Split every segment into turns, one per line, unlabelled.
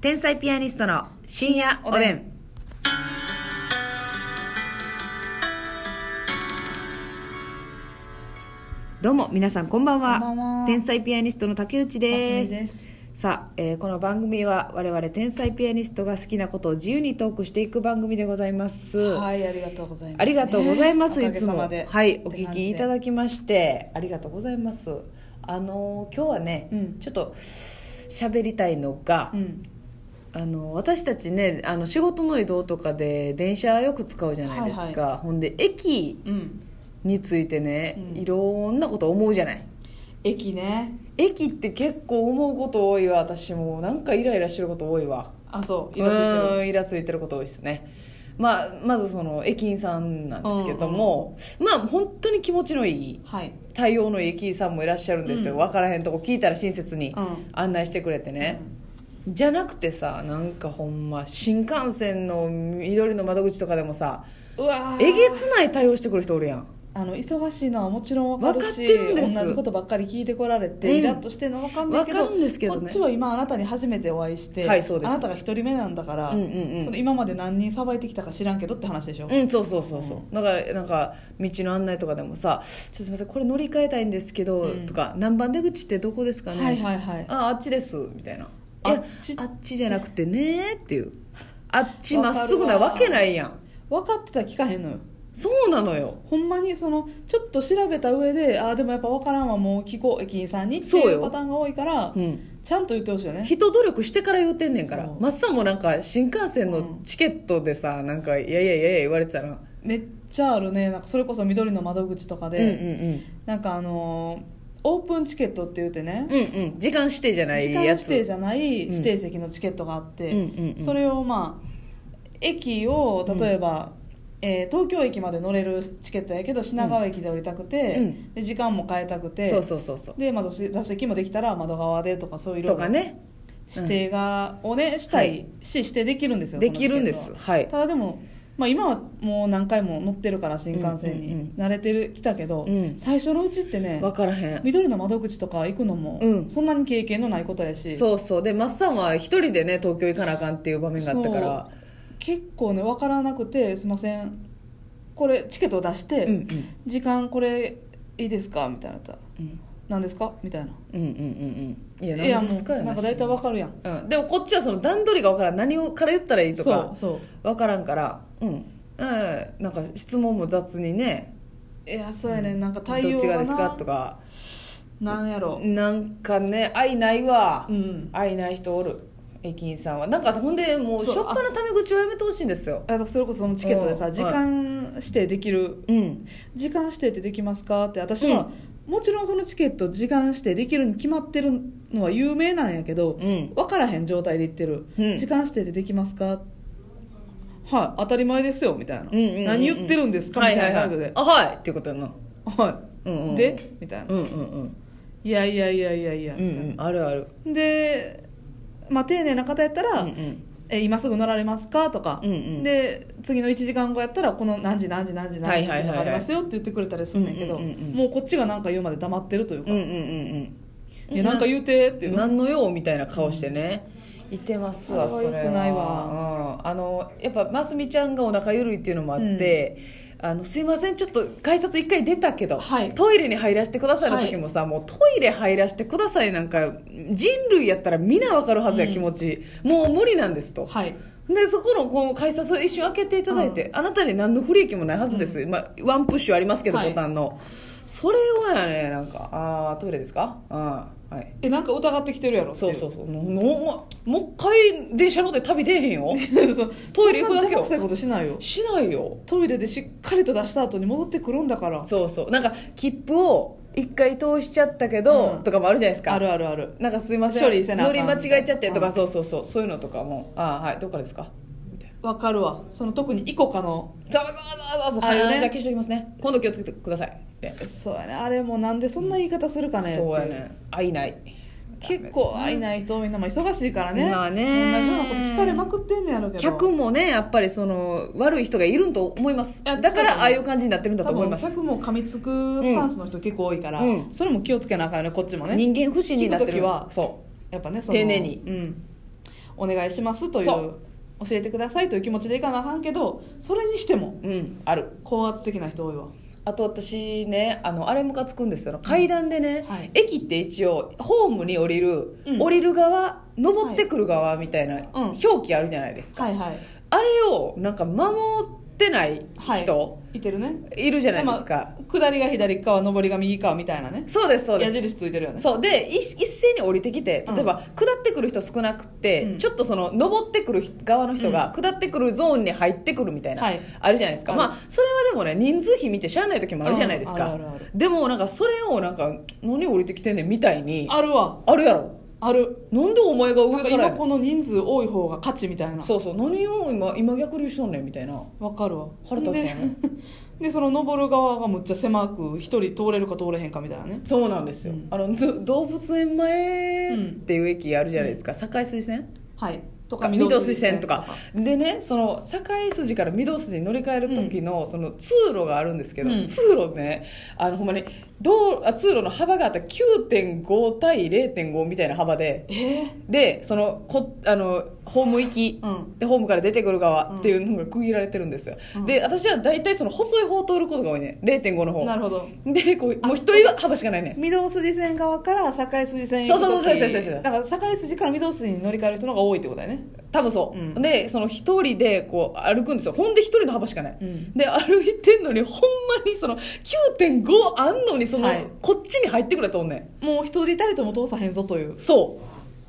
天才ピアニストの深夜おでん。どうも皆さんこんばんは
こんばんは
天才ピアニストの竹内です
ますみです
さあ、えーこの番組は我々天才ピアニストが好きなことを自由にトークしていく番組でございます、
はい、ありがとうございます、
ありがとうございます、
ね
いつも
おかげさまで
はいお聞きいた
き
だきましてありがとうございますあのー今日はね、
うん
ちょっと喋りたいのが、
うん
あの私たちねあの仕事の移動とかで電車よく使うじゃないですか、
はいは
ほんで駅
うん
についてね、
うん
いろんなこと思うじゃない
駅ね
駅って結構思うこと多いわ私もなんかイライラしてること多いわ
あそ
う
う色づいて
ーんイラついてること多いですね、まあ、まずその駅員さんなんですけども、まあ本当に気持ちのいい
るはい
対応のいい駅員さんもいらっしゃるんですよ、
うん
分からへんとこ聞いたら親切に
うん
案内してくれてね、じゃなくてさなんかほんま新幹線の緑の窓口とかでもさ
うわー
えげつない対応してくる人おるやん
あの忙しいのはもちろん分かるし
分かってるんです
同じことばっかり聞いてこられて、
うん
イラッとしてるの分かんないけ
わ
ど
かるんですけどね
こっちは今あなたに初めてお会いして、
はいそうです
あなたが一人目なんだから、
うんうんうん
その今まで何人さばいてきたか知らんけどって話でしょ、
うんそうそうそうそう、だからなんか道の案内とかでもさ「ちょっとすいませんこれ乗り換えたいんですけど」
うん
とか「何番出口ってどこですかね
はいはいはい
ああっちです」みたいな「い
あ
や
っち
あっちじゃなくてね」っていうあっちまっすぐなわけないやん
分かってたら聞かへんのよ
そうなのよ
ほんまにそのちょっと調べた上でああでもやっぱ分からんはもう聞こう駅員さんにって
そう
い
よ
うパターンが多いから、
うん
ちゃんと言ってほしいよね
人努力してから言うてんねんから
そう
マッサンもなんか新幹線のチケットでさ、なんか「いやいやいやいや」言われてたな
めっちゃあるねなんかそれこそ緑の窓口とか
う
で、
んうん
なんかあのーオープンチケットって言ってね
うん、うんうん時間指定じゃない
時間
や
指
つ
定じゃない
うん
指定席のチケットがあって、
うんうんうん
それをまあ駅を例えば、えー東京駅まで乗れるチケットやけど品川駅で降りたくて、
うん
で時間も変えたくて
そうそうそうそう
で、まあ、座席もできたら窓側でとかそういう
とかね
指定が、をねした
はい
いし、指定できるんですよ
できるんです
そのチケッ
はい
トはただでも、まあ、今はもう何回も乗ってるから新幹線
うんうんうん
に慣れてるきたけど、
うん
最初のうちってね
分からへん
緑の窓口とか行くのも、
うん
そんなに経験のないことやし
そうそうでマッサンは一人でね東京行かなあかんっていう場面があったから
結構ね分からなくて「すいませんこれチケットを出して、
うん
時間これいいですか?」みたいなのやったら
うんうん
「何ですか?」みたいな
うんうんうんうんいや
いや
何で
も
すか
う
や
なんか大体分かるやん
うん、でもこっちはその段取りが分からん何をから言ったらいいと
そう
か
そう
分からんからうん、うん、なんか質問も雑にね
いやそうやねなんか
どっ
対応
ちが
がな
ですかとか
なんやろ
なんかね愛ないわ、
うん
愛ない人おる駅員さんはなんかほんでもうし
そう
ょっぱなタメ口はやめてほしいんですよ
あそれこそそのチケットで
う
さ
ん
時間指定できる
うん
時間指定ってできますかって私は、もちろんそのチケット時間指定できるに決まってるのは有名なんやけど、
うん
分からへん状態で言ってる、
うん
時間指定でできますかはい当たり前ですよみたいな、
うんうんうんうん
何言ってるんですかみ
はいは
たい
い
な
は
態度
い
で
あはいっていうことやな
はい、
うんうんうん
でみたいな、
うんうんうん
いやいやいやいやいや、
うんうんあるある
で、まあ、丁寧な方やったら、
うんうん
え今すぐ乗られますかとか、
うんうん
で次の1時間後やったらこの何時何時何時何時
はいはいはいはい
乗られますよって言ってくれたりするんだけど、
うんうんうんうん
もうこっちが何か言うまで黙ってるというか
うんうんうん
「
うん
いやなんか言うて」っていう
何の用みたいな顔してね、いてますわそ
そ
れ
れ
は
は良くないわ
うん、あのやっぱますみちゃんがお腹ゆるいっていうのもあって、あのすいませんちょっと改札一回出たけど、
はい
トイレに入らせてくださいの時もさ、もうトイレ入らせてくださいなんか人類やったらみんなわかるはずや、
うん
気持ちもう無理なんですと
はい
でそこのこの改札を一瞬開けていただいて、あなたに何の不利益もないはずです、まあ、ワンプッシュありますけど、
はい
ボタンのそれをやねなんかああトイレですかあーはい
えなんか疑ってきてるやろってい
そうそうそうののもう一回電車乗って旅出えへんよ
そう
トイレ行くだけよ
そんな邪魔くさいことしないよ
しないよ
トイレでしっかりと出した後に戻ってくるんだから
そうそうなんか切符を一回通しちゃったけど、
うん
とかもあるじゃないですか
あるあるある
なんかすいません
処理せなあ
乗
かん
り間違えちゃってとか、
うん
そうそうそうそういうのとかもああはいどっからですかみたいな
わかるわその特にイコカの
そうそうそうそうそう
あるね
はいじゃあ消しておきますね今度気をつけてくださいって
そうやねあれもなんでそんな言い方するかねってい
そうやね会いない
結構会いない人みんなも忙しいからね,、
まあね
同じようなこと聞かれまくってんねやろうけど
客もねやっぱりその悪い人がいるんと思います
いや
だから
そうだね
ああいう感じになってるんだと思いま
多
す
分客も噛みつくスタンスの人結構多いから、
うん
それも気をつけなあかんよねこっちもね
人間不信になって
聞く時
る
は
そう
やっぱねその
丁寧に
うんお願いしますという
そう
教えてくださいという気持ちでいかなあかんけどそれにしても
うんある
高圧的な人多いわ
あと私ねあのあれムカつくんですよ階段でね、
はい
駅って一応ホームに降りる、
うん
降りる側登ってくる側みたいな
うん
表記あるじゃないですか、
はいはい
あれをなんか守ってない人、
いてるね
いるじゃないですか、
下りが左側上りが右側みたいなね
そうですそうで
矢
す
印ついてるよね
そうでい一斉に降りてきて
うん
例えば、下ってくる人少なくて、
うん
ちょっとその登ってくる側の人が下ってくるゾーンに入ってくるみたいな、
はい
あるじゃないですか
ある
まあそれはでもね人数比見てしゃあない時もあるじゃないですか、
うんあるあるある
でもなんかそれをなんか何降りてきてんねんみたいにあ
あるわ
るやろ
ある
なんでお前が
なん
上
か
からや
今
ねん
この人数多い方が勝ちみたいな
そうそう何を今今逆流しとんねんみたいな
わかるわ
腹立つよね
で でその登る側がむっちゃ狭く一人通れるか通れへんかみたいなね
そうなんですよ、
うん
あのど動物園前
うん
っていう駅あるじゃないですか、堺水線
はいと
とか
か
御堂筋線とかでねその堺筋から御堂筋に乗り換える時のその通路があるんですけど、
うん
通路ねあのほんまに道あ通路の幅があったら9.5対0.5みたいな幅で
ええ
でそのこあのホーム行き、
うん
でホームから出てくる側っていうのが区切られてるんですよ、
うん
で私は大体その細い方を通ることが多いね0.5の方
なるほど
でこうもう一人幅しかないね
御堂筋線側から堺筋線行く
そうそうそうそうそう
時
そうそう
だから堺筋から御堂筋に乗り換える人の方が多いってことだよね
多分そう、
うん
でその一人でこう歩くんですよほんで一人の幅しかない、
うん
で歩いてんのにほんまにその9.5あんのにその、
はい
こっちに入ってくるやつおんねん
もう一人たりとも通さへんぞという
そ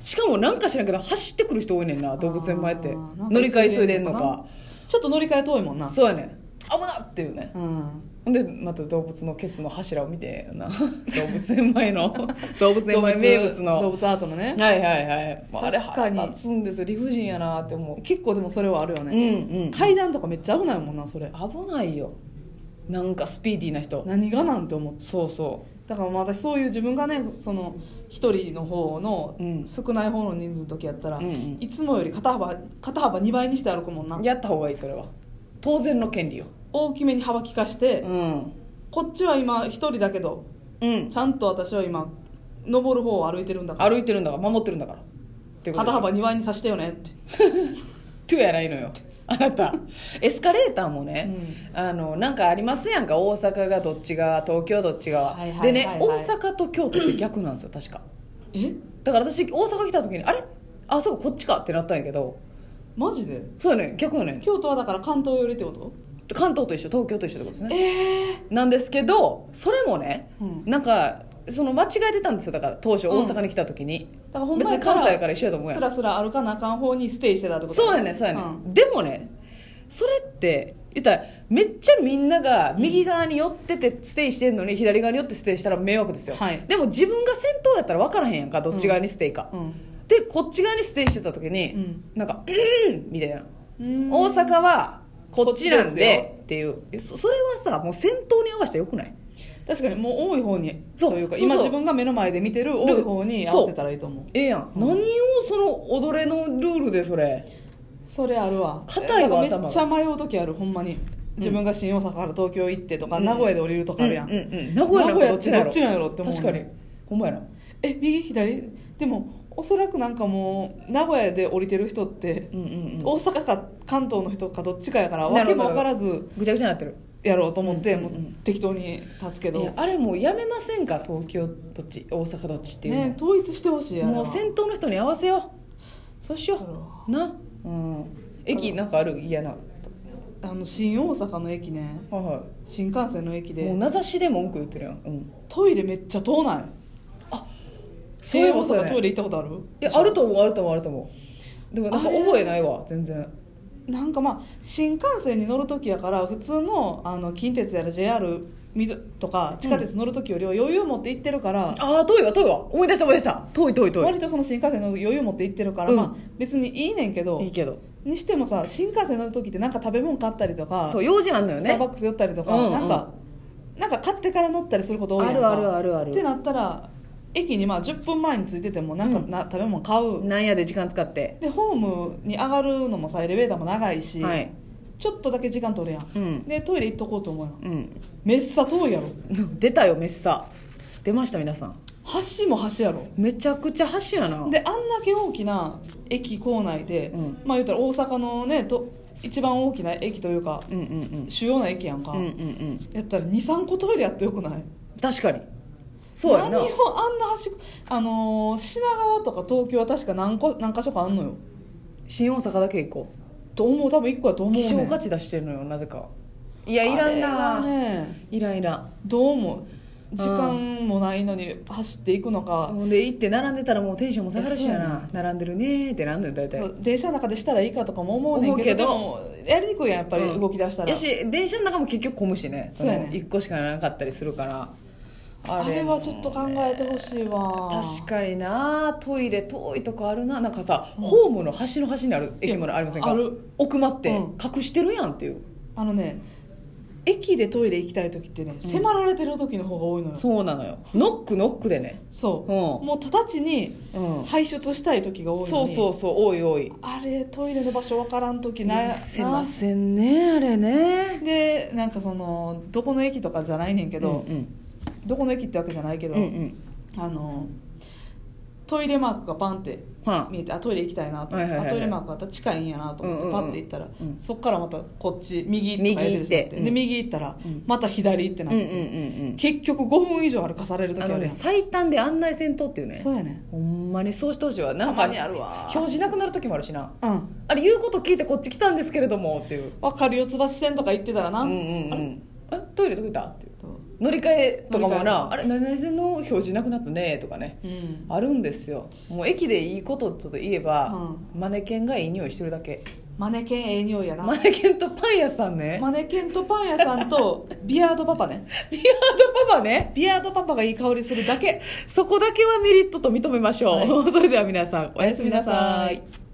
うしかもなんか知らんけど走ってくる人多いねんな動物園前って
あーなんか
乗り換え急いでんのか
ちょっと乗り換え遠いもんな
そうやねん危なっていうね
うん
ほんでまた動物のケツの柱を見て な動物園前 の動物園前名物の
動物アートのね
はいはいはいもうあれ
確かに
腹立つんですよ理不尽やなって思
結構でもそれはあるよ
う、
ね、
うんうん
階段とかめっちゃ危ないもんなそれ
危ないよなんかスピーディーな人
何がなんて思って
そうそ
だからまあ私そういう自分がねその一人の方の
うん
少ない方の人数の時やったら、
うんうん
いつもより肩幅肩幅2倍にして歩くもんな
うやった方がいいそれは当然の権利よ
大きめに幅利かして、
うん
こっちは今一人だけど
うん
ちゃんと私は今登る方を歩いてるんだから
歩いてるんだから守ってるんだからってこと
肩
でしょ
幅2倍にさしてよねって
トゥやないのよあな たエスカレーターもね、あのなんかありますやんか大阪がどっちが東京どっちが、
はいはいはいは
で
い
ね大阪と京都って逆なんですよ確か
え
だから私大阪来た時にあれあそうこっちかってなったんやけど
マジで
そうやね逆やね
京都はだから関東寄りってこと
関東と一緒東京と一緒ってことですね
ええ
なんですけどそれもね、
うん
なんかその間違えてたんですよだから当初
うん
大阪に来た時に、
だからほん
別
ま
に
やか
関西や
ら
から一緒やと思うや
す
ん
らすら歩かなあかん方にステイしてたってこと
そうやねそうやね、
ん
でもねそれって言ったらめっちゃみんなが右側に寄っててステイしてんのに左側に寄ってステイしたら迷惑ですよ、
はい
でも自分が先頭やったら分からへんやんかどっち側にステイか、
うん
でこっち側にステイしてた時に、
うん
なんか「うん」みたいな、
うん
大阪はこっちなんで
こ
っていうえそそれはさもう先頭に合わせたらよくない
確かにもう多い方に
そう
というか
そうそう
今自分が目の前で見てる多い方に合わせたらいいと思う
ええやん、何をその踊れのルールでそれ
それあるわ
硬いわ
なんかめっちゃ迷う時あるほんまに自分が新大阪から東京行ってとか、名古屋で降りるとかあるやん、
うんうんうん名古屋なんかどっちなんやろ
名古屋ってどっちなんやろって思うね
確かにほんまやな
え右左でもおそらくなんかもう名古屋で降りてる人って、
うんうんうん
大阪か関東の人かどっちかやから
な
わ
る
け
ほど
も分からず
ぐちゃぐちゃになってる
やろうと思って、
うんうんうん
もう適当に立つけ
いや
ど、
あれもうやめませんか東京どっち大阪どっちっていうの、
ね、統一してほしいや
もう先頭の人に合わせようそうしよ
あの
うなうん駅なんかある嫌なは
あの新大阪の駅ね
いは
新幹線の駅
いもう
で
名指しで文句言ってるやん、うん、
トイレめっちゃ遠ない
そういえば
新
そう
大
や
阪
ね
トイレ行ったことある
いやあると思うあると思うあると思うでもなんか
あれ
覚えないわ全然
なんかまあ新幹線に乗る時やから普通のあの近鉄やら JR みどとか地下鉄乗る時よりは余裕持って行ってるから、
ああ遠いわ遠いわ思い出した思い出した遠い遠い遠
割とその新幹線の余裕持って行ってるから、
うん
まあ、別にいいねんけど
いいいけど
にしてもさ新幹線乗る時ってなんか食べ物買ったりとか
そう用事あんのよ
ス
ね
ターバックス寄ったりとか、
うんうん
なんかなんか買ってから乗ったりすること多いやんか
あるあるあるある
ってなったら駅にまあ10分前に着いててもなんか
うん
な、食べ物買う、
なんやで時間使って
でホームに上がるのもさエレベーターも長いし、
はい
ちょっとだけ時間取るやん
うん
でトイレ行っとこうと思うやん
うん
めっさ遠いやろ
出たよメッサ出ました皆さん
橋も橋やろ
めちゃくちゃ橋やな
であんだけ大きな駅構内で、
うん
まあ言ったら大阪のねと一番大きな駅というか
うんうんうん
主要な駅やんか、
うんうんうん
やったら23個トイレやってよくない
確かにそうやな
何をあんな端っこあのー品川とか東京は確か何個何箇所かあんのよ
新大阪だけ行こう
と思う多分1個やと思うね
希少
ん
価値出してるのよなぜかいやいらん
あれ
な、
はね
いらんいらん
どうも時間もないのに走っていくのか、
ほんで行って並んでたらもうテンションも下がるしや
そうや
な並んでるねーってなんだよ大体
そう電車の中でしたらいいかとかも思うねんけど
思
でもやりにくいやんやっぱ
う
り
ん
動き出したら、
やし電車の中も結局混むしね
そうやね
1個しかなかったりするから
あれはちょっと考えてほしいわ
確かになトイレ遠いとこあるななんかさ、ホームの端の端にある駅もありませんか
いやある
奥まって
うん
隠してるやんっていう、
あのね駅でトイレ行きたい時ってね、迫られてる時の方が多いのよそう
そうなのよノックノックでねうん
もう直ちに
うん、
排出したい時が多いのに
そうそうそう多い多い
あれトイレの場所わからん時な
許せませんねあれね
でなんかそのどこの駅とかじゃないねんけど、
うん
どこの駅ってわけじゃないけ
うん
ど、
うんうん
あのトイレマークがパンって
は
見えてあトイレ行きたいなと思って、
はいはいはいはい
あトイレマークあったら近いんやなと思
う
っ
んうん
てパ
うん
ッて行ったら、
うん
そっからまたこっち右とか
右行って
矢印にな
うん
で右行ったら、
うん
また左ってな
う
っ
んうん
て
うんうん
結局5分以上歩かされる時
あ
あ
の
る
ね
やん、
最短で案内せんとっていうね
そうやね
ほんまにそうしてほしいわなんか
たまにあるわ
表示なくなる時もあるしな
うん
あれ言うこと聞いてこっち来たんですけれどもっていう
わかるよつば線とか行ってたらな、
うんうんうんえトイレどこ行ったっていう
と
乗り換えとかも
乗り換え
なあれ何々線の表示なくなったねとかね
うん
あるんですよもう駅でいいことと言えば、マネケンがいい匂いしてるだけ
マネケンええ匂いやな
マネケンとパン屋さんね
マネケンとパン屋さんとビアードパパね
ビアードパパね
ビアードパパがいい香りするだけ
そこだけはメリットと認めましょう、それでは皆さんおやすみなさ
おやすみ
い
なさい